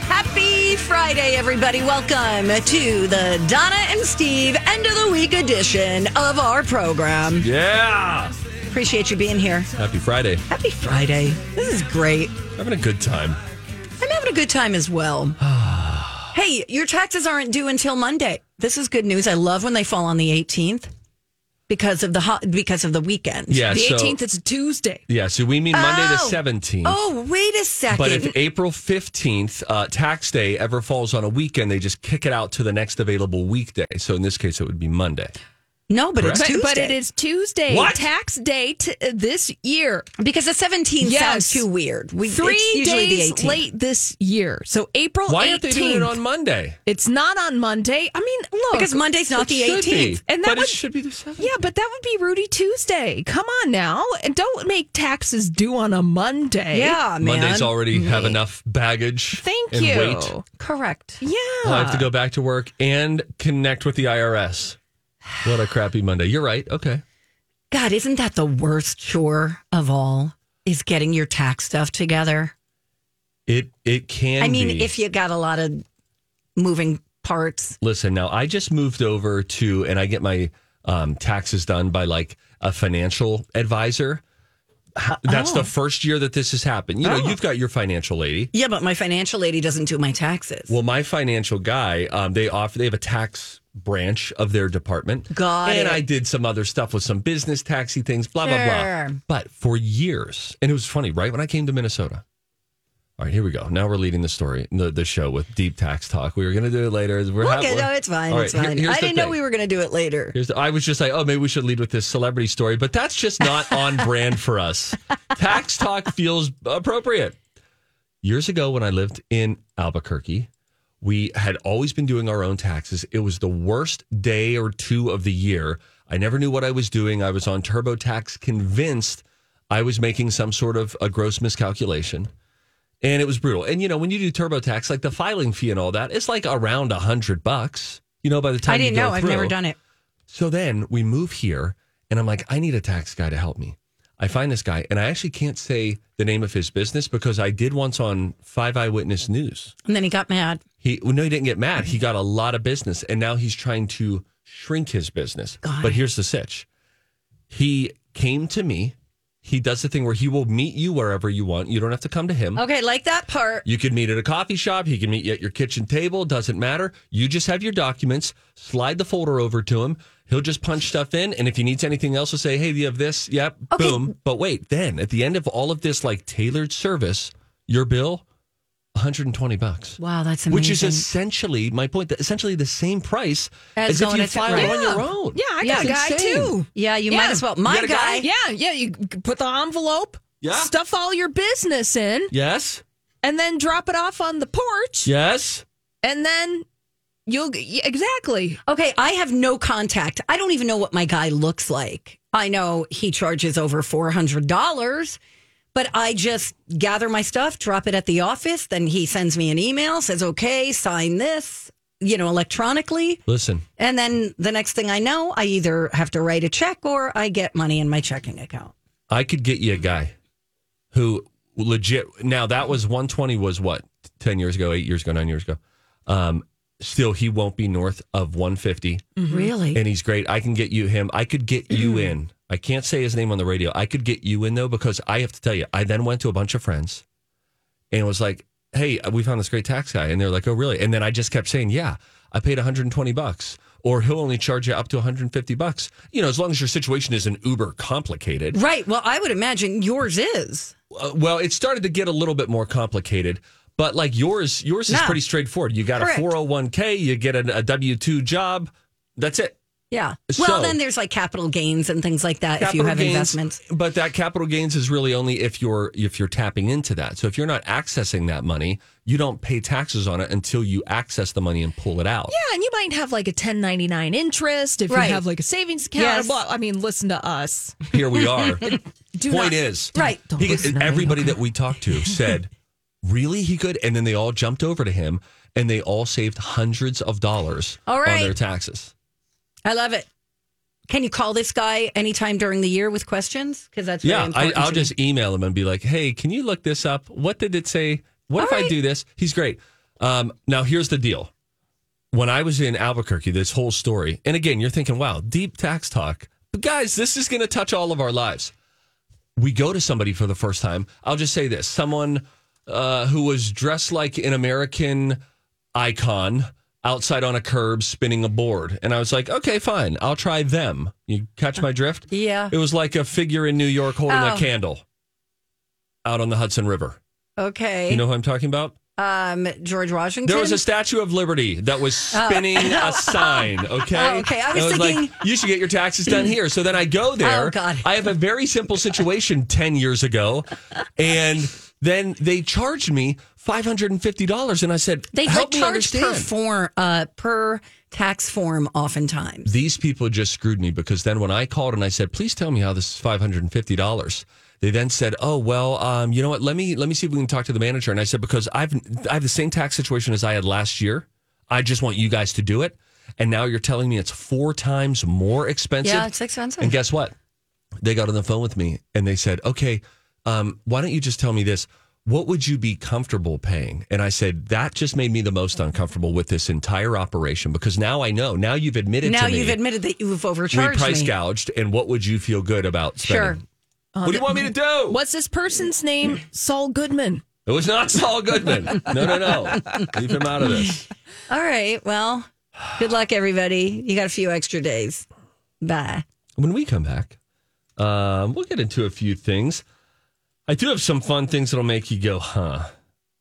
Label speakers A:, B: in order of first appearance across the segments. A: Happy Friday, everybody. Welcome to the Donna and Steve end of the week edition of our program.
B: Yeah.
A: Appreciate you being here.
B: Happy Friday.
A: Happy Friday. This is great.
B: Having a good time.
A: I'm having a good time as well. hey, your taxes aren't due until Monday. This is good news. I love when they fall on the 18th because of the ho- because of the weekend.
B: Yeah.
C: The
B: so,
C: 18th, it's Tuesday.
B: Yeah. So we mean Monday
A: Oh.
B: the 17th.
A: Oh, wait a second.
B: But if April 15th, uh, tax day, ever falls on a weekend, they just kick it out to the next available weekday. So in this case, it would be Monday.
A: no, but it's
B: Correct.
A: Tuesday.
C: But, but it is Tuesday,
B: What?
C: tax date uh, this year.
A: because the 17th
C: Yes.
A: sounds too weird. We, it's
C: Three
A: usually the
C: days
A: 18th.
C: late this year. So
A: Oh,
C: April
B: Why
C: 18th.
B: aren't they doing it on Monday?
C: it's not on Monday. I mean, look.
A: Because Monday's not
B: It
A: the
B: should
A: 18th.
B: be.
C: And that
B: but
C: would-
B: it should be the 7th.
C: Yeah, but that would be Rudy Tuesday. Come on now. And don't make taxes due on a Monday.
A: Yeah, man.
B: Mondays already have enough baggage.
C: Thank
B: and
C: you.
B: Weight.
A: Correct.
C: Yeah.
B: I have to go back to work and connect with the IRS. What a crappy Monday. You're right. Okay.
A: God, isn't that the worst chore of all? Is getting your tax stuff together.
B: It it can
A: I mean,
B: be.
A: if you got a lot of moving parts,
B: Listen, now I just moved over to, and I get my um, taxes done by like a financial advisor. Ha- That's
A: Oh.
B: the first year that this has happened. You know, you've got your financial lady.
A: yeah, but my financial lady doesn't do my taxes.
B: Well, my financial guy, um, they offer they have a tax branch of their department.
A: Got
B: and
A: it.
B: I did some other stuff with some business taxi things, blah blah
A: Sure.
B: blah. But for years, and it was funny, right when I came to Minnesota. All right, here we go. Now we're leading the story, the, the show with deep tax talk. We were going to do it later. We're
A: okay,
B: halfway-
A: no, it's fine.
B: All right,
A: it's
B: here-
A: fine.
B: here's
A: I
B: the
A: didn't know
B: thing.
A: we were going to do it later.
B: Here's the- I was just like, oh, maybe we should lead with this celebrity story, but that's just not on brand for us. Tax talk feels appropriate. Years ago, when I lived in Albuquerque, we had always been doing our own taxes. It was the worst day or two of the year. I never knew what I was doing. I was on TurboTax convinced I was making some sort of a gross miscalculation. And it was brutal. And you know, when you do TurboTax, like the filing fee and all that, it's like around a hundred bucks. You know, by the time
A: I
B: you
A: didn't
B: go
A: know. I've
B: through.
A: never done it.
B: So then we move here, and I'm like, I need a tax guy to help me. I find this guy, and I actually can't say the name of his business because I did once on Five Eyewitness News.
A: And then he got mad.
B: He well, no, he didn't get mad. He got a lot of business, and now he's trying to shrink his business.
A: Got
B: but
A: it.
B: here's the sitch: he came to me. He does the thing where he will meet you wherever you want. You don't have to come to him.
A: Okay, like that part.
B: You can meet at a coffee shop. He can meet you at your kitchen table. Doesn't matter. You just have your documents. Slide the folder over to him. He'll just punch stuff in. And if he needs anything else, he'll say, hey, do you have this? Yep.
A: Okay.
B: Boom. But wait, then at the end of all of this, like tailored service, your bill, 120 bucks.
A: Wow, that's amazing.
B: Which is essentially my point. that Essentially the same price
A: As
B: as, if
A: going
B: you
A: to ta-
B: file
A: right.
B: on your own.
C: Yeah, I
A: Yeah,
C: got a guy
B: insane.
C: too.
A: Yeah, you might
C: Yeah.
A: as well.
C: You
A: My
B: got a
A: guy.
B: guy?
C: Yeah, yeah. You c- put the envelope,
B: Yeah.
C: stuff all your business in,
B: Yes.
C: and then drop it off on the porch.
B: Yes.
C: And then you'll g- yeah, exactly.
A: Okay, I have no contact. I don't even know what my guy looks like. I know he charges over $400, but I just gather my stuff, drop it at the office, then he sends me an email, says, okay, sign this, you know, electronically.
B: Listen,
A: And then the next thing I know, I either have to write a check or I get money in my checking account.
B: I could get you a guy who legit now that was 120 was what 10 years ago 8 years ago 9 years ago um still he won't be north of 150
A: Really?
B: Mm-hmm. and he's great I can get you him I could get you in I can't say his name on the radio I could get you in though because I have to tell you I then went to a bunch of friends and was like hey we found this great tax guy and they're like oh really and then I just kept saying yeah I paid 120 bucks or he'll only charge you up to 150 bucks you know as long as your situation isn't uber complicated
A: right. Well, I would imagine yours is.
B: uh, well, it started to get a little bit more complicated. But like yours, yours is
A: No.
B: pretty straightforward. oh You got
A: Correct.
B: a 401k, you get a, a W 2 job. That's it.
A: Yeah. Well,
B: So-
A: then there's like capital gains and things like that if you
B: Capital
A: have
B: gains,
A: investments.
B: But that capital gains is really only if you're if you're tapping into that. So if you're not accessing that money, you don't pay taxes on it until you access the money and pull it out.
C: Yeah, and you might have like a 1099 interest if
A: Right.
C: you have like a savings account.
A: Yes.
C: Well, I mean, listen to us.
B: Here we are.
C: Do
B: Point
C: not-
B: is,
A: Right.
C: Don't
B: he-
C: listen to me,
B: everybody
C: okay?
B: that we talked to said, "Really, he could," and then they all jumped over to him, and they all saved hundreds of dollars
A: All right.
B: on their taxes.
A: I love it. Can you call this guy anytime during the year with questions? Because that's very
B: yeah, I,
A: important
B: I'll
A: to me.
B: just email him and be like, "Hey, can you look this up? What did it say? What if I do this?" He's great. Um, now here's the deal. When I was in Albuquerque, this whole story, and again, you're thinking, "Wow, deep tax talk." But guys, this is going to touch all of our lives. We go to somebody for the first time. I'll just say this: someone uh, who was dressed like an American icon outside on a curb spinning a board, and I was like, "Okay, fine, I'll try them." You catch my drift?
A: Yeah.
B: It was like a figure in New York holding
A: Oh.
B: a candle out on the Hudson River.
A: Okay.
B: You know who I'm talking about?
A: um, George Washington.
B: There was a Statue of Liberty that was spinning a sign. Okay.
A: Oh, okay. I
B: And
A: was thinking-
B: like, you should get your taxes done here. So then I go there.
A: Oh, God.
B: I have a very simple situation 10 years ago. And then they charged me $550. And I said,
A: they like,
B: help me
A: charge per
B: understand.
A: form, uh, per tax form, oftentimes.
B: these people just screwed me because then when I called and I said, please tell me how this is five hundred and fifty dollars. They then said, "Oh well, um, you know what? Let me let me see if we can talk to the manager." And I said, "Because I've I have the same tax situation as I had last year. I just want you guys to do it." And now you're telling me it's four times more expensive.
A: Yeah, it's expensive.
B: And guess what? They got on the phone with me and they said, "Okay, um, why don't you just tell me this? What would you be comfortable paying?" And I said, "That just made me the most uncomfortable with this entire operation because now I know. Now you've admitted
A: now
B: to me
A: you've admitted that you've
B: we
A: overcharged
B: price
A: me.
B: gouged, and what would you feel good about
A: Sure. Uh,
B: spending? What do you want me to do?
C: What's this person's name? Saul Goodman.
B: It was not Saul Goodman. No, no, no. Leave him out of this.
A: All right. Well, good luck, everybody. You got a few extra days. Bye.
B: When we come back, um, we'll get into a few things. I do have some fun things that'll make you go, huh?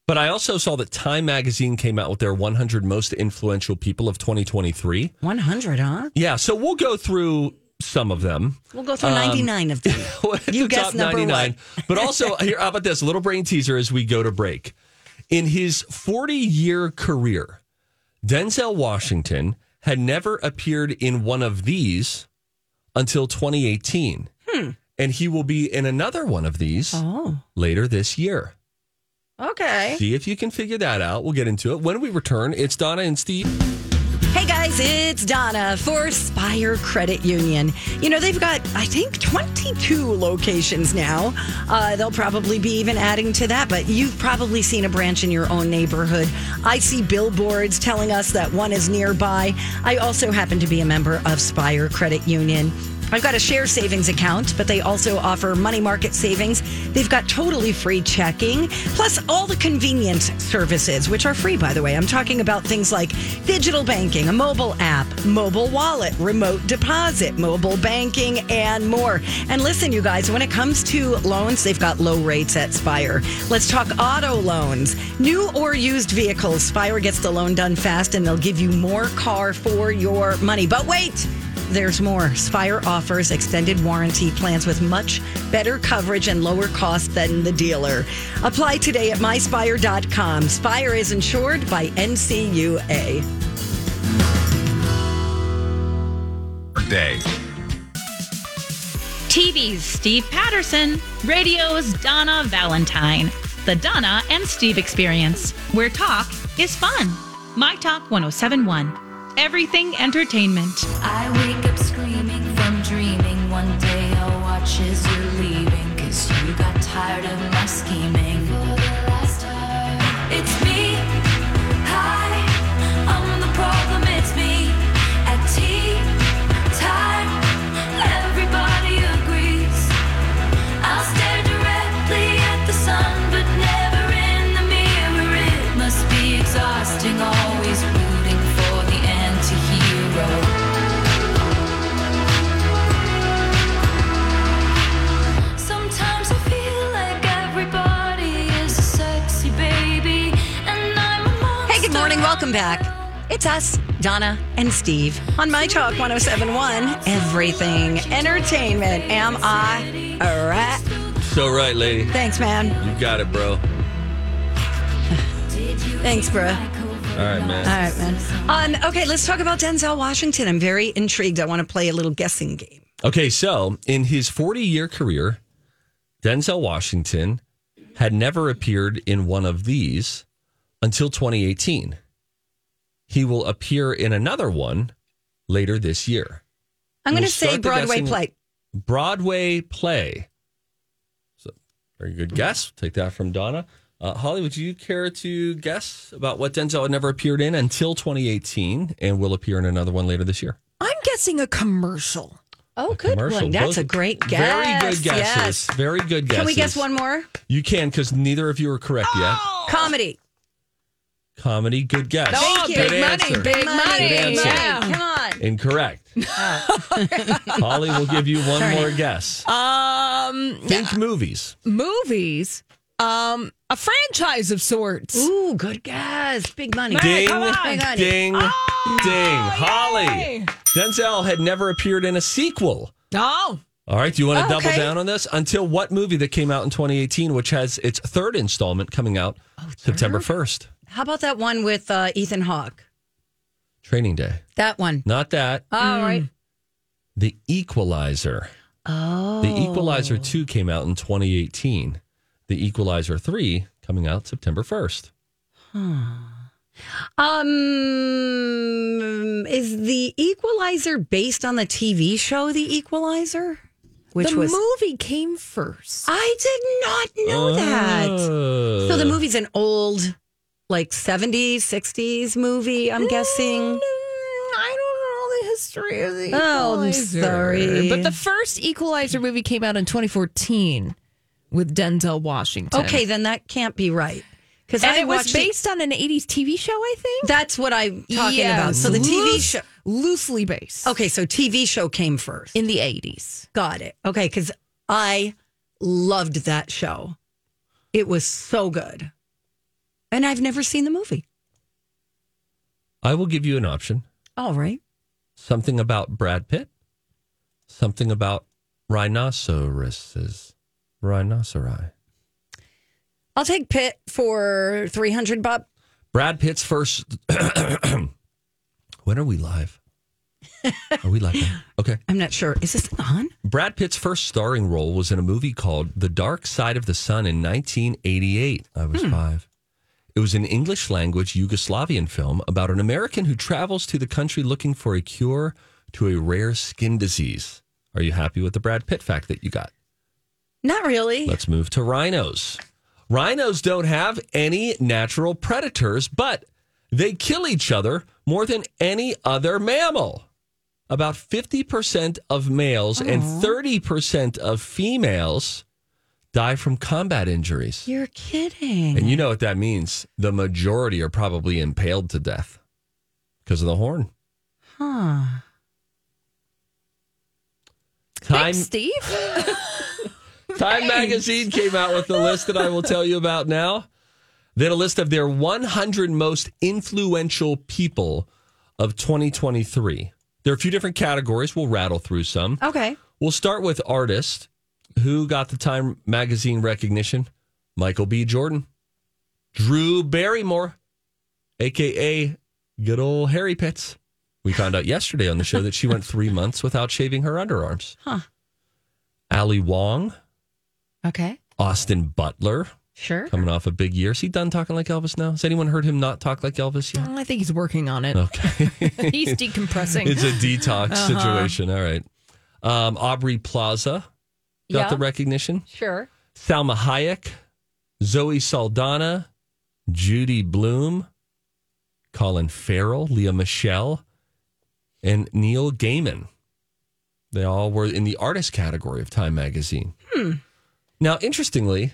B: But I also saw that Time Magazine came out with their 100 most influential people of 2023.
A: 100, huh?
B: Yeah, so we'll go through some of them.
A: We'll go through
B: Um,
A: 99 of them.
B: What
A: You
B: the
A: guessed
B: top
A: number one.
B: 99. But also, here, how about this little brain teaser as we go to break? In his 40 year career, Denzel Washington had never appeared in one of these until 2018. And he will be in another one of these
A: Hmm. Oh,
B: later this year.
A: okay.
B: See if you can figure that out. We'll get into it. When we return, it's Donna and Steve.
A: Hey guys, it's Donna for Spire Credit Union. You know, they've got, I think, 22 locations now. Uh, they'll probably be even adding to that, but you've probably seen a branch in your own neighborhood. I see billboards telling us that one is nearby. I also happen to be a member of Spire Credit Union. I've got a share savings account, but they also offer money market savings. They've got totally free checking, plus all the convenience services, which are free, by the way. I'm talking about things like digital banking, a mobile app, mobile wallet, remote deposit, mobile banking, and more. And listen, you guys, when it comes to loans, they've got low rates at Spire. Let's talk auto loans. New or used vehicles, Spire gets the loan done fast, and they'll give you more car for your money. But wait! There's more. Spire offers extended warranty plans with much better coverage and lower cost than the dealer. Apply today at myspire.com. Spire is insured by NCUA.
D: Day.
E: TV's Steve Patterson, radio's Donna Valentine. The Donna and Steve Experience, where talk is fun. My Talk 1071. Everything entertainment.
F: I wake up screaming from dreaming. One day I'll watch as you're leaving. Cause you got tired of my scheming. For the last time. It's me. Hi. I'm the problem. It's me. At tea time. Everybody agrees. I'll stare directly at the sun, but never in the mirror. It must be exhausting. Always rooting for the anti hero. Sometimes I feel like everybody is a sexy baby, and I'm a monster.
A: Hey, good morning. Welcome back. It's us, Donna and Steve, on My Talk 1071. Everything entertainment. Am I all right?
B: So right, lady.
A: Thanks, man.
B: You got it, bro. All
A: Thanks, bruh.
B: right, man.
A: All right, man. Um, okay, let's talk about Denzel Washington. I'm very intrigued. I want to play a little guessing game.
B: Okay, so in his 40 year career, Denzel Washington had never appeared in one of these until 2018. He will appear in another one later this year.
A: I'm going
B: We'll
A: to say
B: start the
A: Broadway
B: guessing-
A: play.
B: Broadway play. So, very good guess. Take that from Donna. Uh, Holly, would you care to guess about what Denzel had never appeared in until 2018 and will appear in another one later this year?
C: I'm guessing a commercial.
A: Oh,
B: A
A: good
B: commercial.
A: one. That's
B: Those-
A: a great guess.
B: Very good guesses.
A: Yes.
B: Very good guesses.
A: Can we guess one more?
B: You can because neither of you are correct
A: Oh! Comedy.
B: yet. Comedy, good guess.
A: Thank you.
B: good
C: big
B: answer.
C: money, big money.
B: Good answer.
C: Yeah.
A: Come on.
B: Incorrect. Holly will give you one more guess.
C: Uh, Um,
B: Think movies.
C: movies. Um, a franchise of sorts.
A: Ooh, good guess. Big money.
B: Ding,
A: Come on. Big money.
B: ding, ding. Holly, Denzel had never appeared in a sequel.
C: Oh,
B: All right, do you want to double
A: Okay.
B: down on this? Until what movie that came out in 2018, which has its third installment coming out September 1st?
A: How about that one with uh, Ethan Hawke?
B: Training Day.
A: That one.
B: Not that.
A: All right.
B: The Equalizer.
A: Oh.
B: The Equalizer 2 came out in 2018. The Equalizer 3 coming out September 1st.
A: Um, is the Equalizer based on the TV show The Equalizer? Which
C: the
A: was
C: movie came first.
A: I did not know
B: Ah.
A: that.
B: Oh.
A: So the movie's an old, like 70s, 60s movie, I'm guessing.
C: Mm, I don't know the history of the
A: Oh, I'm
C: Equalizer.
A: sorry.
C: But the first Equalizer movie came out in 2014 with Denzel Washington.
A: Okay, then that can't be right. Because
C: and
A: I
C: it was
A: watched
C: based on an 80s TV show, I think.
A: That's what I'm talking
C: Yeah,
A: about. So the TV
C: loose-
A: show.
C: loosely based.
A: Okay, so TV show came first.
C: in the 80s.
A: Got it. Okay, because I loved that show. It was so good. And I've never seen the movie.
B: I will give you an option
A: All right.
B: something about Brad Pitt, something about rhinoceroses. Rhinoceri.
A: I'll take Pitt for 300 Bob.
B: Brad Pitt's first. when are we live? Are we live? now? Okay.
A: I'm not sure. Is this on?
B: Brad Pitt's first starring role was in a movie called The Dark Side of the Sun in 1988. I was five. It was an English language Yugoslavian film about an American who travels to the country looking for a cure to a rare skin disease. Are you happy with the Brad Pitt fact that you got?
A: Not really.
B: Let's move to rhinos. Rhinos don't have any natural predators, but they kill each other more than any other mammal. About 50% of males and 30% of females die from combat injuries.
A: You're kidding.
B: And you know what that means. The majority are probably impaled to death because of the horn.
A: Huh.
B: Time,
C: Thanks, Steve.
B: Time magazine came out with a list that I will tell you about now. They had a list of their 100 most influential people of 2023. There are a few different categories. We'll rattle through some.
A: Okay.
B: We'll start with artist. Who got the Time magazine recognition? Michael B. Jordan, Drew Barrymore, aka good old Harry Pitts. We found out yesterday on the show that she went three months without shaving her underarms.
A: Huh.
B: Ali Wong,
C: okay.
B: Austin Butler
C: Sure.
B: coming off a big year. Is he done talking like Elvis now? Has anyone heard him not talk like Elvis yet?
C: I think he's working on it.
B: Okay.
C: He's decompressing.
B: it's a detox situation. All right. Um, Aubrey Plaza got the recognition.
A: Sure.
B: Salma Hayek, Zoe Saldana, Judy Bloom, Colin Farrell, Leah Michelle, and Neil Gaiman. They all were in the artist category of Time magazine. Now, interestingly,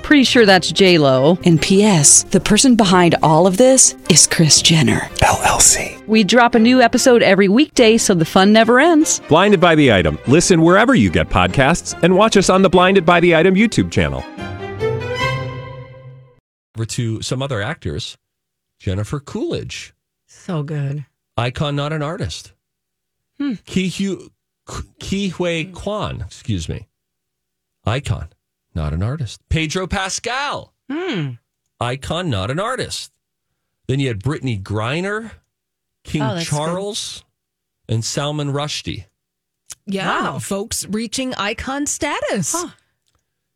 G: Pretty sure that's J Lo. And P.S. The person behind all of this is Chris Jenner.
H: LLC.
G: We drop a new episode every weekday, so the fun never ends.
H: Blinded by the Item. Listen wherever you get podcasts and watch us on the Blinded by the Item YouTube channel.
B: Over to some other actors. Jennifer Coolidge,
A: So good.
B: icon, not an artist. Ki Hu Ki Hui Kwan, excuse me. Icon, not an artist. Pedro Pascal, icon, not an artist. Then you had Brittany Griner, King
E: Oh, that's good.
B: Charles, and Salman Rushdie.
C: Yeah,
A: Wow.
C: folks reaching icon status.
A: Huh.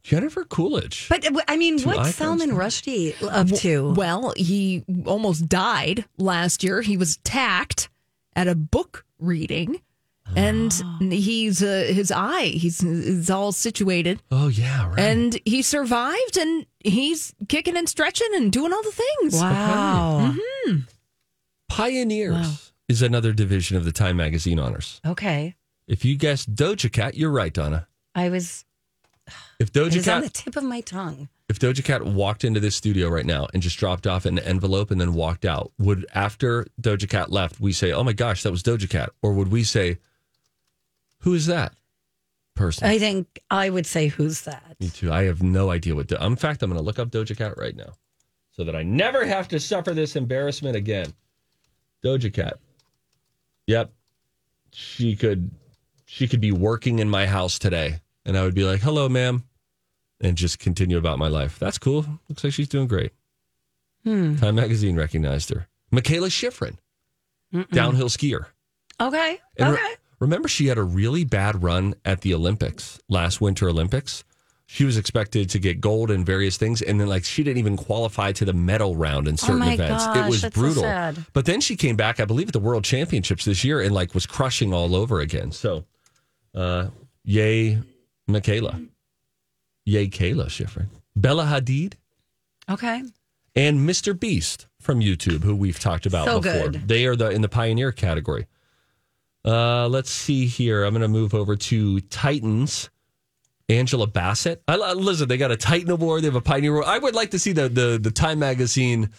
B: Jennifer Coolidge.
A: But uh, I mean,
B: Two
A: what's
B: icons.
A: Salman Rushdie up
C: W-
A: to?
C: Well, he almost died last year. He was attacked at a book reading, and
A: Ah.
C: he's uh, his eye he's is all situated,
B: oh, yeah, right.
C: and he survived, and he's kicking and stretching and doing all the things.
A: wow.
B: Pioneers is another division of the Time Magazine honors.
A: Okay.
B: If you guess Doja Cat, you're right, Donna.
A: I was,
B: If
A: it
B: Doja
A: was on
B: Cat
A: the tip of my tongue.
B: if Doja Cat walked into this studio right now and just dropped off an envelope and then walked out, would after Doja Cat left, we say, "Oh my gosh, that was Doja Cat," or would we say, "Who is that person?"
A: I think I would say, who's that?
B: Me too. I have no idea what. Do- in fact, I'm going to look up Doja Cat right now, so that I never have to suffer this embarrassment again. Doja Cat. Yep, she could. She could be working in my house today, and I would be like, "Hello, ma'am," and just continue about my life. That's cool. Looks like she's doing great. Time Magazine recognized her. Michaela Schifrin, downhill skier.
A: Okay.
B: And re-
A: okay.
B: remember, she had a really bad run at the Olympics last Winter Olympics. She was expected to get gold in various things, and then like she didn't even qualify to the medal round in certain
A: Oh my
B: events. it
A: gosh,
B: was
A: that's so
B: brutal.
A: sad.
B: But then she came back, I believe, at the World Championships this year, and like was crushing all over again. So, uh, yay, Michaela, yay, Kayla Schifrin, Bella Hadid,
A: Okay.
B: and Mr. Beast from YouTube, who we've talked about
A: So
B: before.
A: good.
B: They are the in the pioneer category. Uh, let's see here. I'm going to move over to Titans. Angela Bassett. I, lo- listen, they got a Titan Award. They have a Pioneer Award. I would like to see the the, the Time Magazine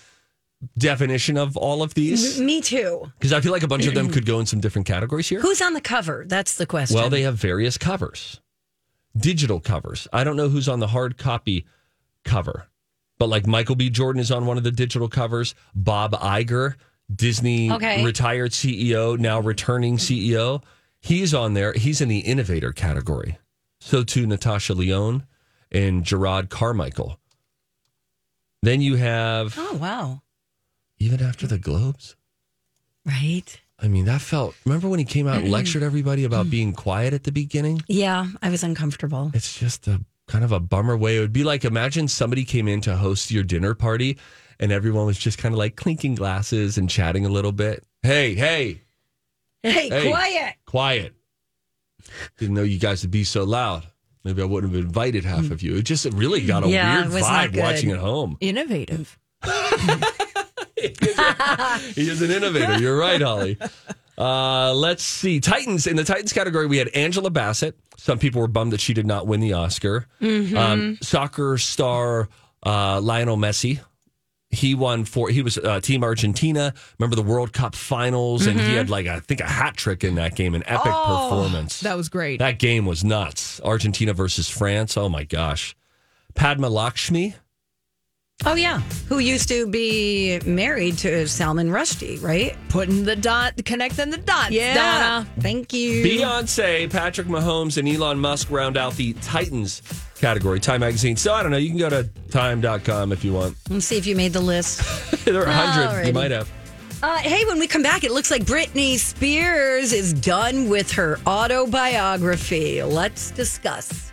B: definition of all of these
A: Me too.
B: because I feel like a bunch of them could go in some different categories here.
A: Who's on the cover? That's the question.
B: Well, they have various covers, digital covers. I don't know who's on the hard copy cover, but like Michael B. Jordan is on one of the digital covers. Bob Iger, Disney
A: Okay.
B: retired CEO, now returning CEO, he's on there. He's in the innovator category. So too Natasha Leone and Gerard Carmichael. Then you have
A: Oh, wow.
B: even after the Globes.
A: Right.
B: I mean, that felt. Remember when he came out and lectured everybody about being quiet at the beginning?
A: Yeah. I was uncomfortable.
B: It's just a kind of a bummer way. It would be like imagine somebody came in to host your dinner party and everyone was just kind of like clinking glasses and chatting a little bit. Hey, hey,
A: Hey,
B: Hey.
A: quiet.
B: quiet. Didn't know you guys would be so loud. Maybe I wouldn't have invited half of you. It just really got a
A: Hmm. Yeah,
B: weird
A: it was not
B: vibe
A: good.
B: watching at home.
C: Innovative.
B: He is an innovator. You're right, Holly. Uh, let's see. Titans. In the Titans category, we had Angela Bassett. Some people were bummed that she did not win the Oscar.
C: Mm-hmm.
B: Um, soccer star uh, Lionel Messi. He won for he was uh, Team Argentina. Remember the World Cup finals, and
C: Mm-hmm.
B: he had like I think a hat trick in that game, an epic performance.
C: Oh, That was great.
B: That game was nuts. Argentina versus France. Oh my gosh. Padma Lakshmi.
A: Oh, yeah. Who used to be married to Salman Rushdie, right?
C: Putting the dot, connecting the dots. Donna.
A: Thank you.
B: Beyonce, Patrick Mahomes, and Elon Musk round out the Titans category, Time Magazine. So I don't know. You can go to time.com if you want.
A: Let's see if you made the list.
B: there are a hundred. You
A: Alrighty.
B: might have.
A: Uh, hey, when we come back, it looks like Britney Spears is done with her autobiography. Let's discuss.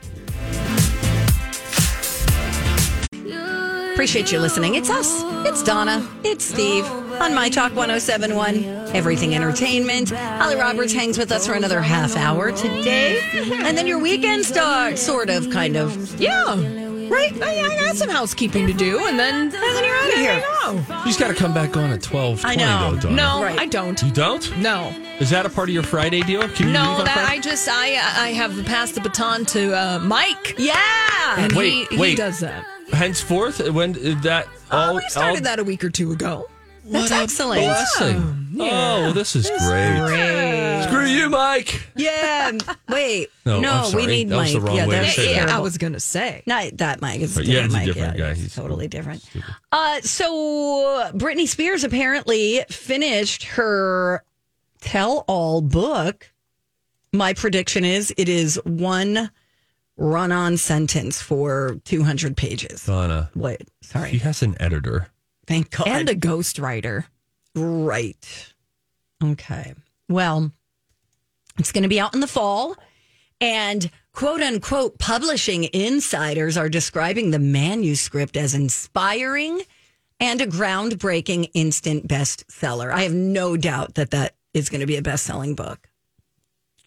A: Appreciate you listening. It's us. It's Donna. It's Steve on My Talk 1071, Everything Entertainment. Holly Roberts hangs with us for another half hour today. And then your weekend starts, sort of, kind of.
C: Yeah. Right? I, I got some housekeeping to do, and then, and then you're out of
A: here.
B: She's got to come back on at twelve
A: I
B: twenty
A: know.
B: though, Donna.
C: No,
A: Right.
C: I don't.
B: You don't?
C: No.
B: Is that a part of your Friday deal? Can you leave
C: No,
B: on
C: that I
B: Friday?
C: just I I have passed the baton to uh, Mike,
A: Yeah.
C: and
B: Wait,
C: he, he
B: wait.
C: does that.
B: henceforth, when uh, that
C: Oh,
B: all,
C: we started
B: all-
C: that a week or two ago.
A: That's excellent.
B: blessing. Oh, well, this is great. Screw you, Mike.
A: Yeah. Wait.
B: No,
A: No,
B: I'm sorry.
A: we need
B: That
A: Mike.
B: was the wrong
A: yeah,
B: way to
A: that's
B: say that.
A: terrible.
C: I was going to say.
A: Not that Mike. It's
B: But
A: different
B: yeah, he's a
A: Mike.
B: different guy.
A: He's
B: He's
A: totally different. Uh, so Britney Spears apparently finished her tell-all book. My prediction is it is one run-on sentence for 200 pages.
B: Donna,
A: Wait,
B: he
A: sorry.
B: has an editor.
A: Thank God.
C: And a ghostwriter.
A: Right. Okay. Well, it's going to be out in the fall. And quote unquote publishing insiders are describing the manuscript as inspiring and a groundbreaking instant bestseller. I have no doubt that that is going to be a best selling book.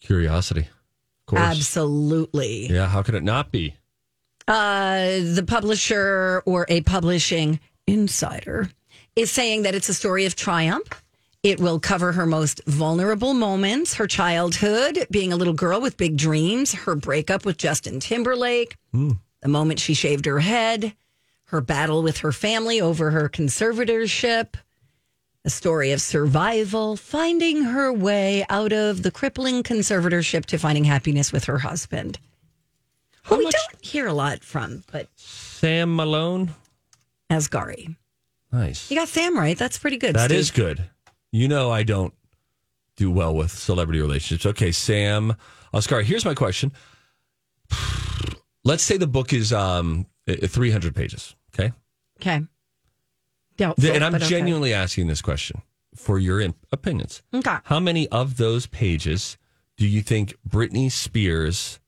B: Curiosity, of course.
A: Absolutely.
B: Yeah, how could it not be?
A: uh, the publisher or a publishing insider is saying that it's a story of triumph. It will cover her most vulnerable moments, her childhood, being a little girl with big dreams, her breakup with Justin Timberlake, the moment she shaved her head, her battle with her family over her conservatorship, a story of survival, finding her way out of the crippling conservatorship to finding happiness with her husband who we don't hear a lot from, but
B: Sam Malone.
A: Asghari.
B: Nice.
A: You got Sam right. That's pretty good.
B: That
A: Steve.
B: is good. You know, I don't do well with celebrity relationships. Okay, Sam Oscar. Here's my question. Let's say the book is um, uh, 300 pages. Okay,
A: okay.
B: Th-
A: Doubtful,
B: and I'm
A: but okay.
B: genuinely asking this question for your in- opinions.
A: Okay.
B: How many of those pages do you think Britney Spears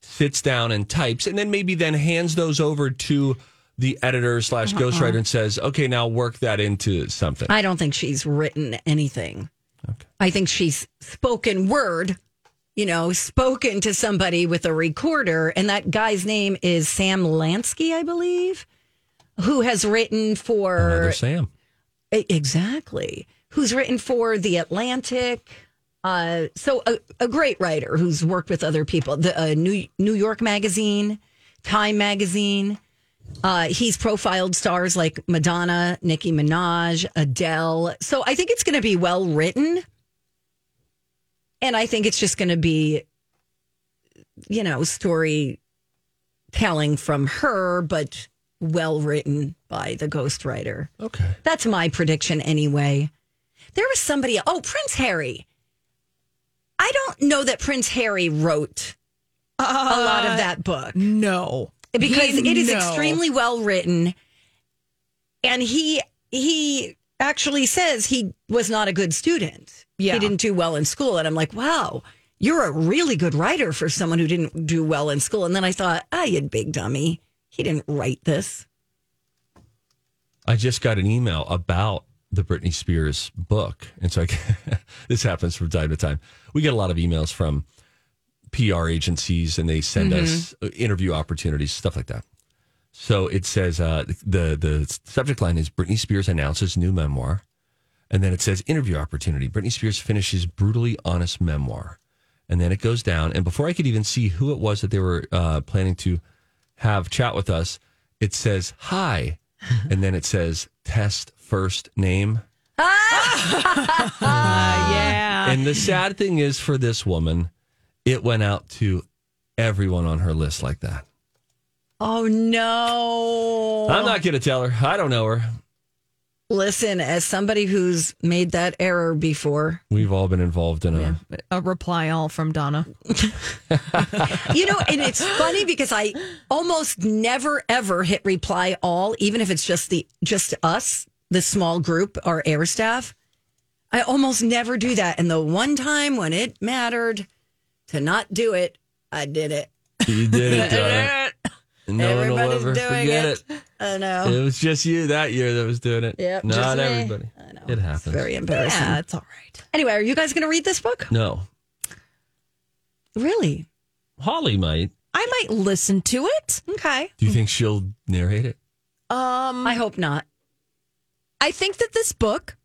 B: sits down and types, and then maybe then hands those over to the editor slash
A: Uh-huh.
B: ghostwriter and says, "Okay, now work that into something."
A: I don't think she's written anything. I think she's spoken word, you know, spoken to somebody with a recorder. And that guy's name is Sam Lansky, I believe, who has written
B: Another
A: for
B: Sam.
A: E- Exactly. Who's written for The Atlantic? Uh, so a, a great writer who's worked with other people. The uh, New New York Magazine, Time Magazine. Uh, he's profiled stars like Madonna, Nicki Minaj, Adele. So I think it's going to be well written, and I think it's just going to be, you know, story telling from her, but well written by the ghostwriter.
B: Okay.
A: That's my prediction anyway. There was somebody, oh, Prince Harry. I don't know that Prince Harry wrote a lot of that book
C: No.
A: because it is
C: Uh, No.
A: extremely well written and he he actually says he was not a good student.
C: Yeah.
A: He didn't do well in school and I'm like, "Wow, you're a really good writer for someone who didn't do well in school." And then I thought, "Ah, you big dummy. He didn't write this."
B: I just got an email about the Britney Spears book. And so I, this happens from time to time. We get a lot of emails from PR agencies and they send us uh us interview opportunities, stuff like that. So it says uh, the the subject line is Britney Spears announces new memoir, and then it says interview opportunity. Britney Spears finishes brutally honest memoir, and then it goes down. And before I could even see who it was that they were uh, planning to have chat with us, it says hi, and then it says test first name.
C: Yeah.
B: And the sad thing is for this woman, it went out to everyone on her list like that.
A: Oh no.
B: I'm not going to tell her. I don't know her.
A: Listen, as somebody who's made that error before,
B: We've all been involved in a.
C: A reply all from Donna.
A: you know, and it's funny because I almost never ever hit reply all, even if it's just the just us, the small group, our air staff. I almost never do that. And the one time when it mattered to not do it, I did it.
B: You did it, Donna. No one will
A: Everybody's
B: ever
A: doing
B: forget it.
A: it. I know.
B: It was just you that year that was doing it.
A: Yep, just
B: Not
A: me.
B: everybody. I know. It happens.
A: Very embarrassing.
C: Yeah, it's all right.
A: Anyway, are you guys going to read this book?
B: no.
A: Really?
B: Holly might.
C: I might listen to it.
A: Okay.
B: Do you think she'll narrate it?
C: Um,
A: I hope not.
C: I think that this book,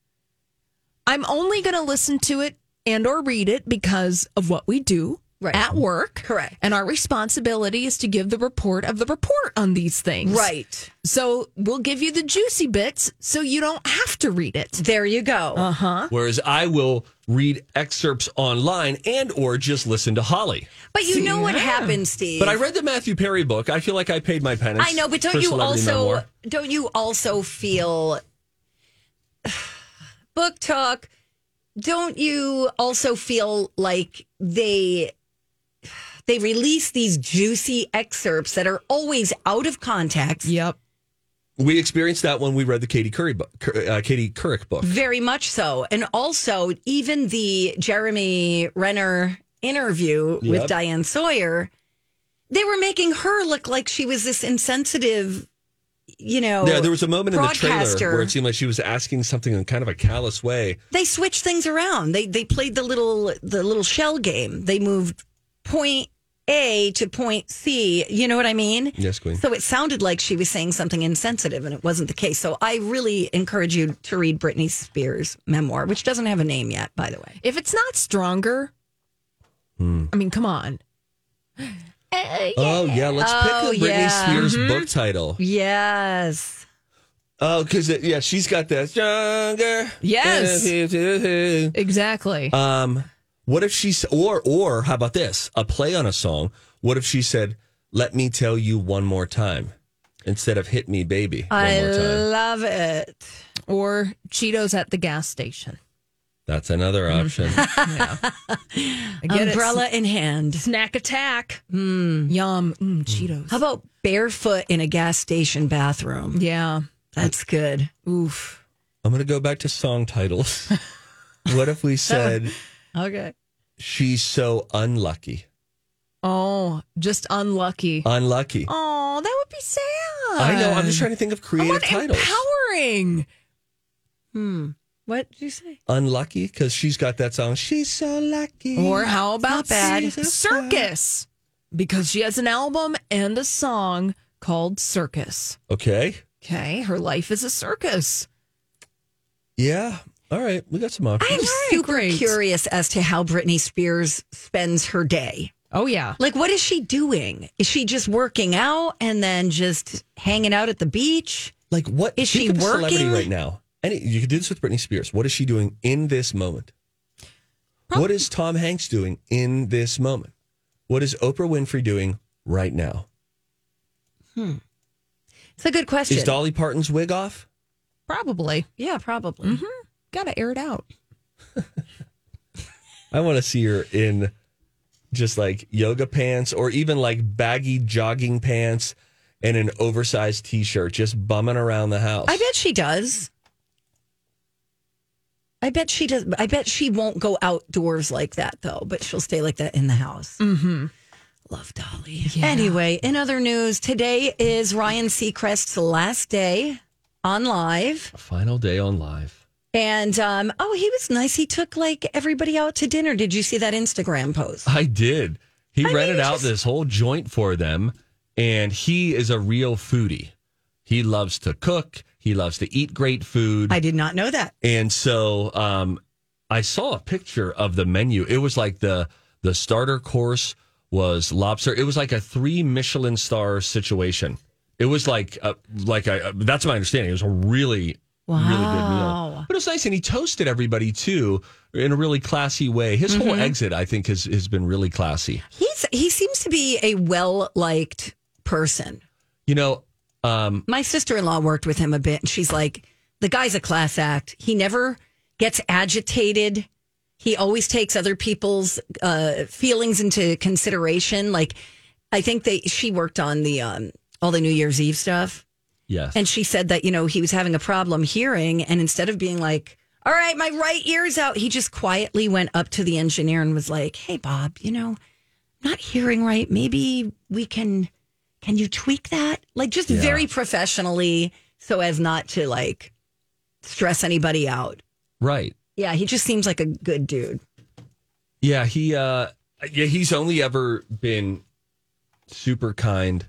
C: I'm only going to listen to it and or read it because of what we do
A: Right.
C: at work.
A: Correct.
C: And our responsibility is to give the report of the report on these things.
A: Right.
C: So we'll give you the juicy bits so you don't have to read it.
A: There you go.
B: Uh-huh. Whereas I will read excerpts online and or just listen to Holly.
A: But you know what happens, Steve.
B: But I read the Matthew Perry book. I feel like I paid my penance.
A: I know, but
B: for
A: don't you
B: Celebrity
A: also
B: Memoir.
A: don't you also feel book talk? Don't you also feel like they they release these juicy excerpts that are always out of context?
C: Yep.
B: We experienced that when we read the Katie Curry book, Cur- uh, Katie Couric book.
A: Very much so. And also, even the Jeremy Renner interview with
B: Yep.
A: Diane Sawyer, they were making her look like she was this insensitive, you know.
B: yeah, there was a moment in the trailer
A: Oh, broadcaster.
B: where it seemed like she was asking something in kind of a callous way.
A: they switched things around. They they played the little the little shell game. They moved point A to point C. You know what I mean?
B: Yes, Queen.
A: So it sounded like she was saying something insensitive, and it wasn't the case. So I really encourage you to read Britney Spears' memoir, which doesn't have a name yet, by the way.
C: If it's not stronger, I mean, come on.
B: Oh yeah, let's
A: Oh,
B: pick a Britney
A: yeah.
B: Spears book title.
A: Yes.
B: Oh, because yeah, she's got that stronger.
C: Yes. Exactly.
B: Um, what if she s- or or how about this? A play on a song. What if she said, "Let me tell you one more time," instead of "Hit me, baby." One
A: I
B: more time.
A: love it.
C: or Cheetos at the gas station.
B: That's another option.
C: I get
A: Umbrella
C: it.
A: in hand.
C: Snack attack. Yum. Mm, Cheetos.
A: How about barefoot in a gas station bathroom?
C: yeah.
A: That's good.
C: Oof.
B: I'm gonna go back to song titles. what if we said
C: Okay.
B: she's so unlucky?
C: Oh, just unlucky.
B: Unlucky.
C: Oh, that would be sad.
B: I know. I'm just trying to think of
C: I
B: creative
C: want
B: titles.
C: empowering.
A: What did you say?
B: unlucky because she's got that song. She's so lucky.
C: Or how about
A: not bad.
C: Cir- Circus? Because she has an album and a song called Circus.
B: okay.
C: Okay, her life is a circus.
B: Yeah. All right. We got some
A: I'm
B: options.
A: super
C: great.
A: curious as to how Britney Spears spends her day.
C: Oh yeah.
A: Like, what is she doing? Is she just working out and then just hanging out at the beach?
B: Like, what
A: Is she
B: think of a
A: working?
B: celebrity right now? Any you could do this with Britney Spears. What is she doing in this moment? What is Tom Hanks doing in this moment? What is Oprah Winfrey doing right now?
A: It's a good question.
B: Is Dolly Parton's wig off?
C: Probably.
A: yeah,
C: Mm-hmm.
A: probably.
C: Got to air it out.
B: I want to see her in just like yoga pants or even like baggy jogging pants and an oversized t-shirt just bumming around the house.
A: I bet she does. I bet she does. I bet she won't go outdoors like that though, but she'll stay like that in the house. Mm-hmm. Love Dolly. Anyway, in other news, today is Ryan Seacrest's last day on live.
B: Final day on live.
A: And um, oh, he was nice. He took like everybody out to dinner. Did you see that Instagram post?
B: I did. He rented out this whole joint for them, and he is a real foodie. He loves to cook. He loves to eat great food.
A: I did not know that.
B: and so um, I saw a picture of the menu. It was like the the starter course was lobster. It was like a three Michelin star situation. It was like a, like a, that's my understanding. It was a really really good meal. But it was nice, and he toasted everybody too in a really classy way. His whole exit, I think, has has been really classy.
A: He's he seems to be a well liked person.
B: You know, um,
A: My sister in law worked with him a bit, and she's like, the guy's a class act. He never gets agitated. He always takes other people's uh, feelings into consideration. Like, I think they she worked on the um, all the New Year's Eve stuff.
B: yes,
A: And she said that, you know, he was having a problem hearing. And instead of being like, all right, my right ear's out, he just quietly went up to the engineer and was like, hey, Bob, you know, I'm not hearing right. Maybe we can, can you tweak that? Like just very professionally so as not to like stress anybody out.
B: right.
A: Yeah, he just seems like a good dude.
B: Yeah, he uh yeah, he's only ever been super kind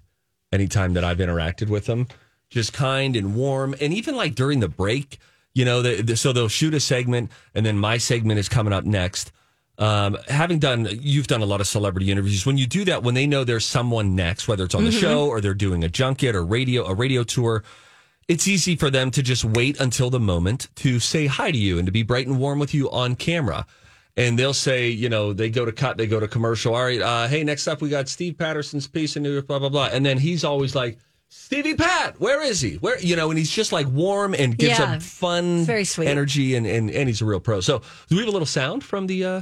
B: anytime that I've interacted with him. Just kind and warm and even like during the break, you know, the, the, so they'll shoot a segment and then my segment is coming up next. Um, having done, you've done a lot of celebrity interviews. When you do that, when they know there's someone next, whether it's on the show or they're doing a junket or radio, a radio tour, it's easy for them to just wait until the moment to say hi to you and to be bright and warm with you on camera. And they'll say, you know, they go to cut, they go to commercial. All right, uh, hey, next up we got Steve Patterson's piece in New York, blah blah blah. And then he's always like, Stevie Pat, where is he? Where you know? And he's just like warm and gives
A: Yeah.
B: a fun,
A: Very sweet.
B: energy, and, and and he's a real pro. So, do we have a little sound from the? uh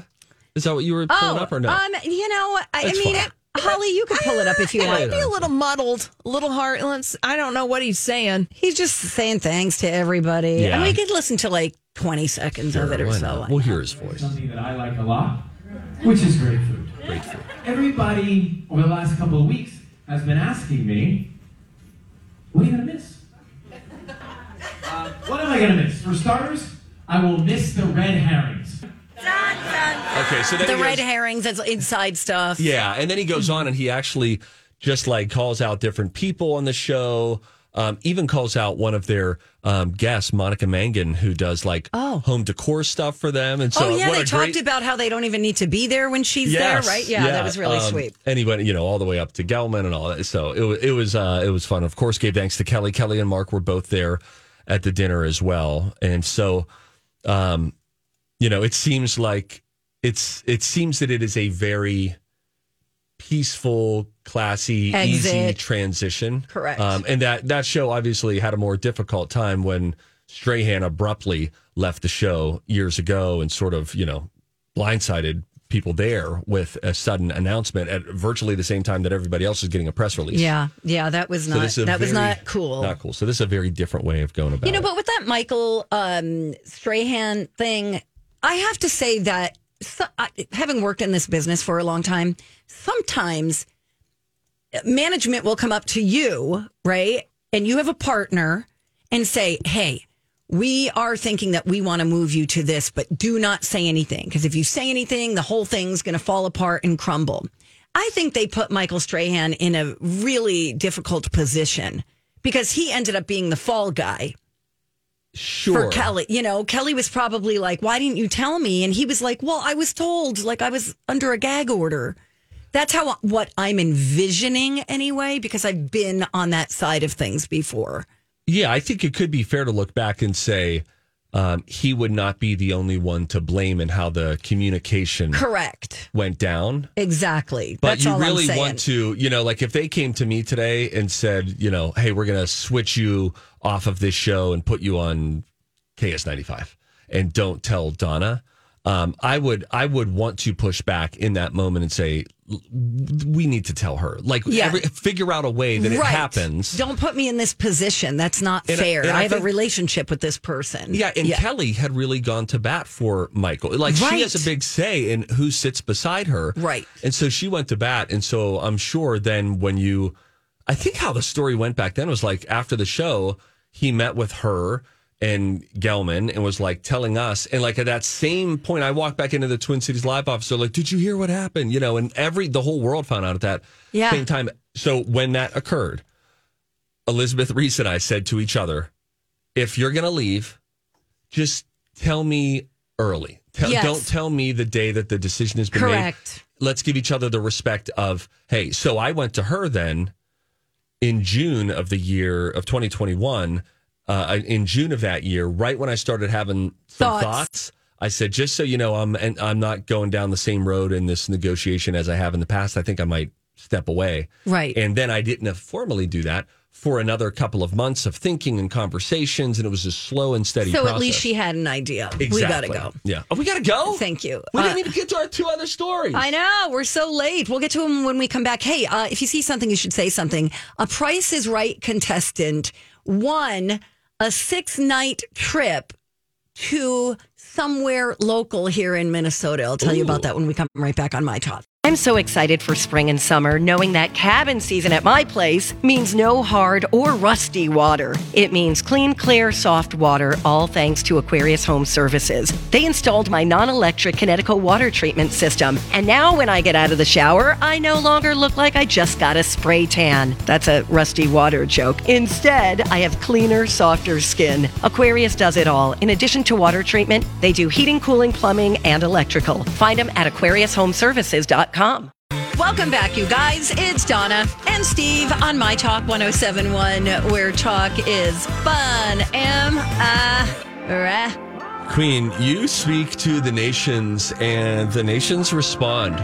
B: Is that what you were pulling up or no?
A: um, you know, I, I
B: That's
A: mean,
B: fine.
A: Holly, you could pull it up if you
C: It might
A: want.
C: be a little muddled, a little heartless. I don't know what he's saying.
A: He's just saying thanks to everybody.
B: Yeah.
A: And we could listen to like 20 seconds of it or
B: Why
A: so.
B: not? We'll hear his voice.
I: something that I like a lot, which is great food. Great food. Everybody over the last couple of weeks has been asking me, what are you going to miss? Uh, what am I going to miss? For starters, I will miss the red herrings.
B: Okay, so then
A: The
B: he
A: red
B: goes-
A: herrings, that's inside stuff.
B: Yeah, and then he goes
A: Mm-hmm.
B: on and he actually just like calls out different people on the show. Um, even calls out one of their um, guests, Monica Mangan, who does like home decor stuff for them. And so,
A: oh, yeah,
B: what
A: they
B: a
A: talked
B: great,
A: about how they don't even need to be there when she's
B: Yes,
A: there, right? Yeah, that was really
B: um,
A: sweet.
B: And he went, you know, all the way up to Gelman and all that. So it was, it was, uh, it was fun. Of course, gave thanks to Kelly. Kelly and Mark were both there at the dinner as well. And so, um, you know, it seems like it's, it seems that it is a very peaceful, classy, easy
A: Exit.
B: transition.
A: Correct.
B: Um, and that that show obviously had a more difficult time when Strahan abruptly left the show years ago and sort of you know blindsided people there with a sudden announcement at virtually the same time that everybody else is getting a press release.
A: Yeah, yeah, that was
B: So
A: not
B: this is a
A: that was
B: very-
A: not cool.
B: Not cool. So this is a very different way of going about.
A: You know,
B: it.
A: but with that Michael um, Strahan thing, I have to say that so, I, having worked in this business for a long time, sometimes management will come up to you, right? And you have a partner and say, hey, we are thinking that we want to move you to this, but do not say anything. Because if you say anything, the whole thing's going to fall apart and crumble. I think they put Michael Strahan in a really difficult position because he ended up being the fall guy
B: sure.
A: for Kelly. You know, Kelly was probably like, "Why didn't you tell me?" And he was like, "Well, I was told. Like, I was under a gag order." That's how what I'm envisioning anyway, because I've been on that side of things before.
B: Yeah, I think it could be fair to look back and say um, he would not be the only one to blame in how the communication
A: Correct.
B: went down.
A: Exactly.
B: But
A: That's
B: you
A: all I'm
B: really
A: saying.
B: want to, you know, like if they came to me today and said, you know, hey, we're going to switch you off of this show and put you on KS95 and don't tell Donna. Um, I would, I would want to push back in that moment and say, "L- we need to tell her, like,
A: Yeah.
B: every, figure out a way that it
A: Right.
B: happens.
A: Don't put me in this position. That's not
B: And I-
A: fair.
B: and I
A: I have
B: think-
A: a relationship with this person.
B: Yeah, and Kelly had really gone to bat for Michael. Like she
A: Right.
B: has a big say in who sits beside her.
A: Right.
B: And so she went to bat. And so I'm sure then when you, I think how the story went back then was like after the show, he met with her and Gelman and was like telling us. And like at that same point, I walked back into the Twin Cities live office. They're like, did you hear what happened? You know, and every, the whole world found out at that
A: Yeah.
B: same time. So when that occurred, Elizabeth Reese and I said to each other, if you're going to leave, just tell me early. Tell,
A: Yes.
B: Don't tell me the day that the decision has been
A: Correct.
B: made. Let's give each other the respect of, hey, so I went to her then in June of the year of 2021. Uh, in June of that year, right when I started having some
A: Thoughts.
B: thoughts, I said, just so you know, I'm and I'm not going down the same road in this negotiation as I have in the past. I think I might step away.
A: Right.
B: And then I didn't formally do that for another couple of months of thinking and conversations, and it was a slow and steady.
A: So at
B: process.
A: least she had an idea. We gotta
B: Exactly.
A: go.
B: Yeah. Oh, we gotta go.
A: Thank you.
B: We
A: Uh,
B: didn't even get to our two other stories.
A: I know. We're so late. We'll get to him when we come back. Hey, uh, if you see something, you should say something. A Price is Right contestant won a six night trip to somewhere local here in Minnesota. I'll tell you about that when we come right back on My Talk.
J: I'm so excited for spring and summer, knowing that cabin season at my place means no hard or rusty water. It means clean, clear, soft water, all thanks to Aquarius Home Services. They installed my non electric Connecticut water treatment system, and now when I get out of the shower, I no longer look like I just got a spray tan. That's a rusty water joke. Instead, I have cleaner, softer skin. Aquarius does it all. In addition to water treatment, they do heating, cooling, plumbing, and electrical. Find them at AquariusHomeservices.com.
A: Welcome back, you guys. It's Donna and Steve on My Talk 1071, where talk is fun. Am I ra-
B: Queen, you speak to the nations and the nations respond.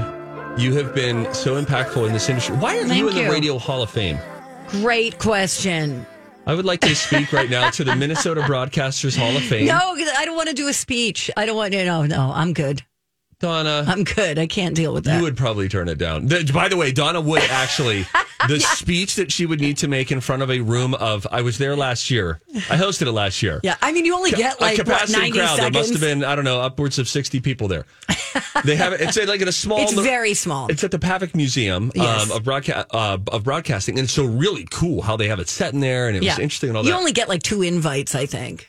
B: You have been so impactful in this industry. Why are
A: Thank
B: you in the
A: you.
B: Radio Hall of Fame?
A: Great question.
B: I would like to speak right now to the Minnesota Broadcasters Hall of Fame.
A: No, I don't want to do a speech. I don't want to. No, no, I'm good.
B: Donna.
A: I'm good. I can't deal with that.
B: You would probably turn it down. The- by the way, Donna would actually. The speech that she would need to make in front of a room of, I was there last year. I hosted it last year.
A: Yeah, I mean, you only
B: Ca-
A: get like
B: a
A: what,
B: capacity
A: 90
B: crowd.
A: seconds.
B: There must have been I don't know upwards of sixty people there. They have it. It's like in a small.
A: It's very small.
B: It's at the Pavic Museum
A: Yes.
B: um, of broadcast uh, of broadcasting, and it's so really cool how they have it set in there, and it was interesting and all
A: You
B: that.
A: only get like two invites, I think.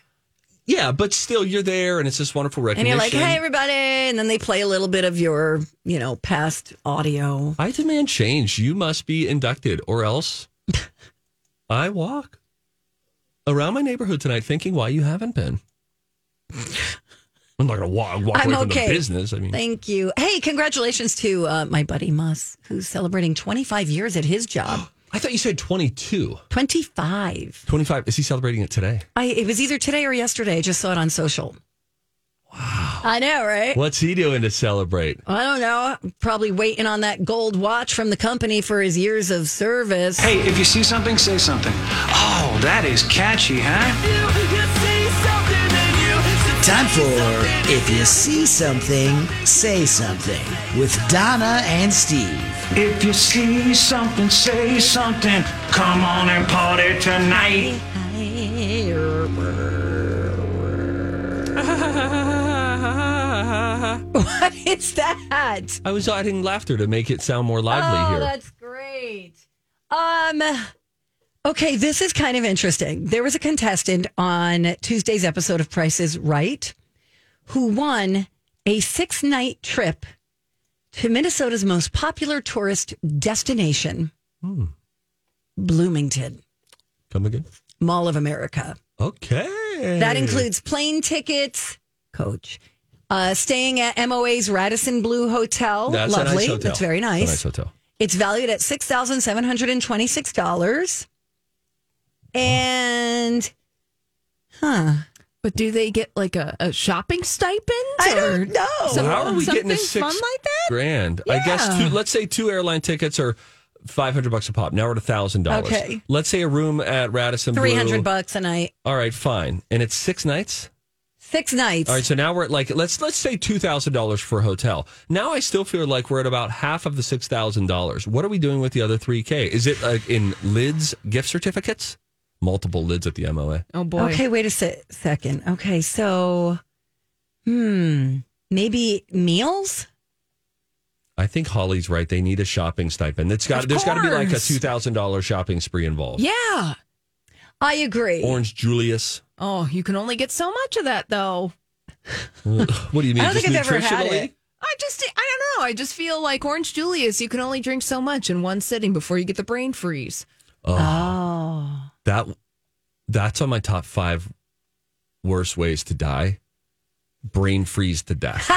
B: yeah, but still, you're there, and it's this wonderful
A: And
B: recognition.
A: you're like, hey, everybody. And then they play a little bit of your, you know, past audio.
B: I demand change. You must be inducted, or else I walk around my neighborhood tonight thinking why you haven't been. I'm not gonna walk, walk
A: I'm
B: away from
A: okay.
B: the business. I mean,
A: Thank you. Hey, congratulations to uh, my buddy Muss, who's celebrating 25 years at his job.
B: I thought you said 22.
A: 25.
B: 25. Is he celebrating it today?
A: I, it was either today or yesterday. I just saw it on social. Wow. I know, right?
B: What's he doing to celebrate?
A: I don't know. Probably waiting on that gold watch from the company for his years of service.
K: Hey, if you see something, say something. Oh, that is catchy, huh?
L: Time for If You See Something, Say Something with Donna and Steve.
K: If you see something, say something. Come on and party tonight.
A: what is that?
B: I was adding laughter to make it sound more lively
A: oh,
B: here.
A: that's great. Um, okay, this is kind of interesting. There was a contestant on Tuesday's episode of Price is Right who won a six night trip to Minnesota's most popular tourist destination,
B: Hmm.
A: Bloomington,
B: Come again?
A: Mall of America.
B: Okay. Mm.
A: That includes plane tickets, coach, uh, staying at MOA's Radisson Blue Hotel.
B: That's a nice
A: Lovely.
B: hotel.
A: That's very
B: It's a
A: nice.
B: nice hotel.
A: It's valued at six thousand seven hundred and twenty-six dollars. And huh?
C: But do they get like a, a shopping stipend?
A: I
C: or
A: don't know.
C: some-
B: How are we getting a
C: something
B: six
C: fun like that?
B: grand? I guess
C: Yeah.
B: two, let's say two airline tickets are five hundred bucks a pop. Now we're at thousand dollars.
A: Okay.
B: Let's say a room at Radisson Blue.
A: Three hundred bucks a night,
B: All right, fine. And it's six nights.
A: six nights.
B: All right, so now we're at like let's let's say two thousand dollars for a hotel. Now I still feel like we're at about half of the six thousand dollars. What are we doing with the other three k? Is it like in lids gift certificates? Multiple lids at the MOA.
C: Oh boy.
A: Okay, wait a se- second. Okay, so hmm, maybe meals.
B: I think Holly's right. They need a shopping stipend. It's got
C: Of
B: there's got to be like a
C: course.
B: two thousand dollar shopping spree involved.
C: Yeah.
A: I agree.
B: Orange Julius.
C: Oh, you can only get so much of that though.
B: what do you mean?
C: I don't
B: Just
C: think I've ever had
B: nutritionally?
C: it. I just, I don't know. I just feel like Orange Julius, you can only drink so much in one sitting before you get the brain freeze.
A: Oh,
B: That that's on my top five worst ways to die. Brain freeze to death.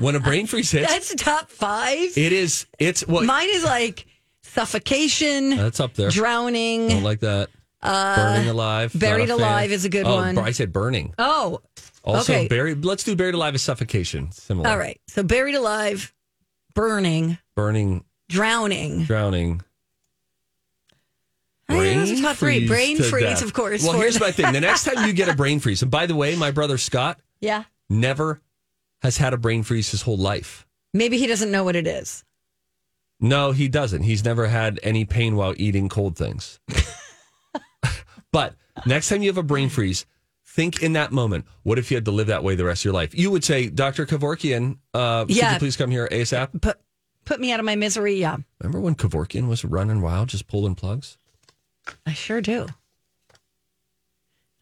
B: when a brain freeze hits,
A: that's top five.
B: it is it's what
A: Mine is like suffocation.
B: That's up there.
A: Drowning.
B: Don't like that.
A: Uh,
B: burning alive. not
A: buried
B: a fan.
A: alive is a good
B: oh,
A: one.
B: I said burning.
A: Oh,
B: Also,
A: okay.
B: buried. Let's do buried alive is suffocation. Similar.
A: all right. So buried alive, burning,
B: Burning,
A: drowning.
B: drowning.
A: I think those are top three. Brain
B: to
A: freeze,
B: death.
A: of course,
B: Well,
A: for
B: here's
A: the-
B: my thing. The next time you get a brain freeze, and by the way, my brother Scott
A: Yeah.
B: never has had a brain freeze his whole life.
A: Maybe he doesn't know what it is.
B: No, he doesn't. He's never had any pain while eating cold things. but next time you have a brain freeze, think in that moment, what if you had to live that way the rest of your life? You would say, Dr. Kavorkian, uh, could
A: Yeah.
B: you please come here ASAP?
A: But Put me out of my misery. Yeah,
B: Remember when Kevorkian was running wild, just pulling plugs?
A: I sure do.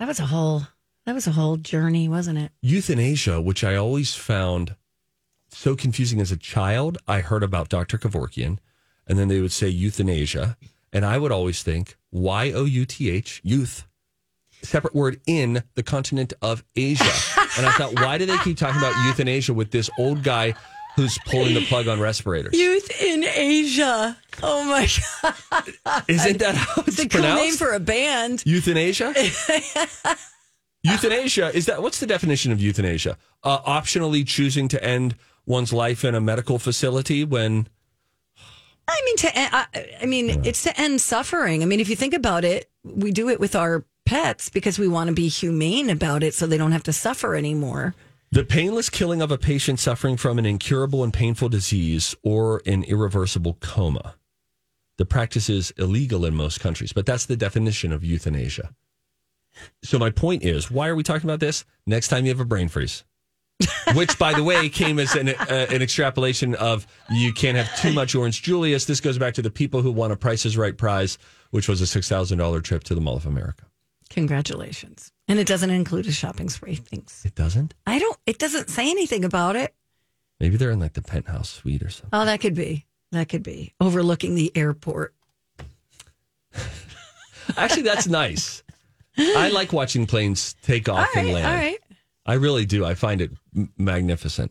A: That was a whole. That was a whole journey, wasn't it?
B: Euthanasia, which I always found so confusing as a child, I heard about Dr. Kevorkian, and then they would say euthanasia, and I would always think Y O U T H, youth, separate word in the continent of Asia. and I thought, why do they keep talking about euthanasia with this old guy who's pulling the plug on respirators?
A: Youth in Asia. Oh my god!
B: Isn't that how
A: It's
B: it's,
A: a cool name
B: pronounced?
A: for a band.
B: euthanasia? euthanasia is that what's the definition of euthanasia uh, optionally choosing to end one's life in a medical facility when
A: I mean, to en- I, I mean, it's to end suffering. I mean, if you think about it, we do it with our pets because we want to be humane about it, so they don't have to suffer anymore.
B: the painless killing of a patient suffering from an incurable and painful disease or an irreversible coma the practice is illegal in most countries but that's the definition of euthanasia so my point is why are we talking about this next time you have a brain freeze which by the way came as an, uh, an extrapolation of you can't have too much orange julius this goes back to the people who won a price is right prize which was a $6000 trip to the mall of america
A: Congratulations! And it doesn't include a shopping spree. Thanks.
B: it doesn't
A: I don't. It doesn't say anything about it.
B: maybe they're in like the penthouse suite or something
A: Oh, that could be. That could be overlooking the airport.
B: actually that's nice i like watching planes take off and land
A: All right.
B: i really do i find it m- magnificent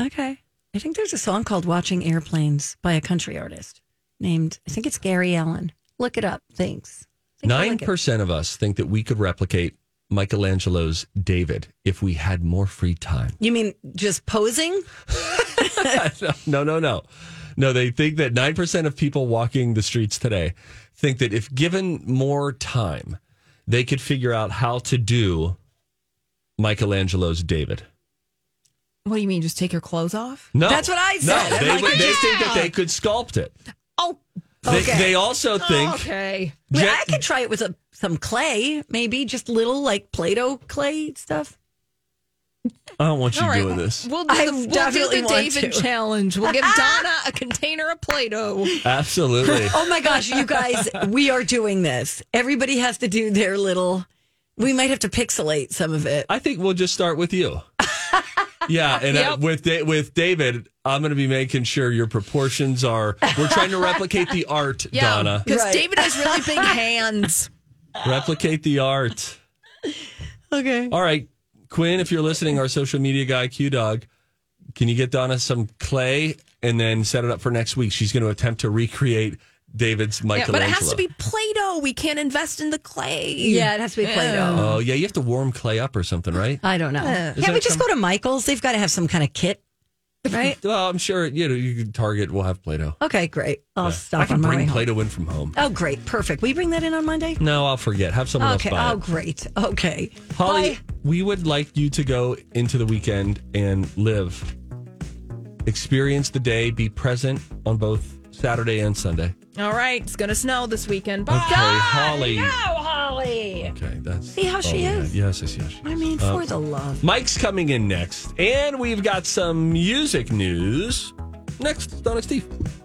A: Okay. I think there's a song called Watching Airplanes by a country artist named, I think it's Gary Allen. Look it up. Thanks. I think I
B: Nine
A: like it.
B: percent of us think that we could replicate Michelangelo's David if we had more free time.
A: You mean just posing?
B: no, no, no, no. They think that nine percent of people walking the streets today think that if given more time, they could figure out how to do Michelangelo's David.
C: What do you mean? Just take your clothes off?
B: No,
C: That's what I said.
B: No,
C: I'm
B: they,
C: like,
B: would- they
C: yeah.
B: think that they could sculpt it.
C: Oh,
B: They,
A: Okay. Oh,
B: they also think
C: okay.
A: Well,
B: Jen-
A: I could try it with a, some clay, maybe just little like Play Doh clay stuff.
B: I don't want you
C: All right,
B: doing this.
C: We'll do
A: I
C: the, we'll do
A: definitely
C: the
A: want
C: David
A: to.
C: challenge. We'll give Donna a container of Play-Doh.
B: Absolutely.
A: Oh my gosh, you guys, we are doing this. Everybody has to do their little, we might have to pixelate some of it.
B: I think we'll just start with you. Yeah, and uh,
A: Yep.
B: with da- with David, I'm going to be making sure your proportions are. We're trying to replicate the art,
C: Yeah,
B: Donna.
C: because David has really big hands.
B: Replicate the art.
A: Okay.
B: All right, Quinn, if you're listening, our social media guy Q Dog, can you get Donna some clay and then set it up for next week? She's going to attempt to recreate David's
C: Yeah,
B: Michelangelo.
C: but it has to be Play-Doh. We can't invest in the clay.
A: Yeah, it has to be Play-Doh.
B: Oh yeah, you have to warm clay up or something, right?
A: I don't know.
B: Is
A: Can't
B: that
A: we just
B: some-
A: go to Michael's? They've got to have some kind of kit, right?
B: Well, I'm sure you know. You can Target will have Play-Doh.
A: Okay, great. I'll
B: Yeah.
A: stop
B: I can
A: on my way
B: bring
A: home.
B: Play-Doh in from home.
A: Oh, great. Perfect. We bring that in on Monday?
B: No, I'll forget. Have someone
A: okay.
B: else buy
A: Oh,
B: it.
A: great. Okay.
B: Holly, we would like you to go into the weekend and live, experience the day, be present on both Saturday and Sunday.
C: All right, it's gonna snow this weekend. Bye.
B: Okay, Holly.
C: Holly.
B: Okay, that's
C: See how she
B: all we
C: is?
B: had. Yes, I see how she.
C: I mean,
B: Uh,
C: for the love.
B: Mike's coming in next, and we've got some music news next. Don and Steve.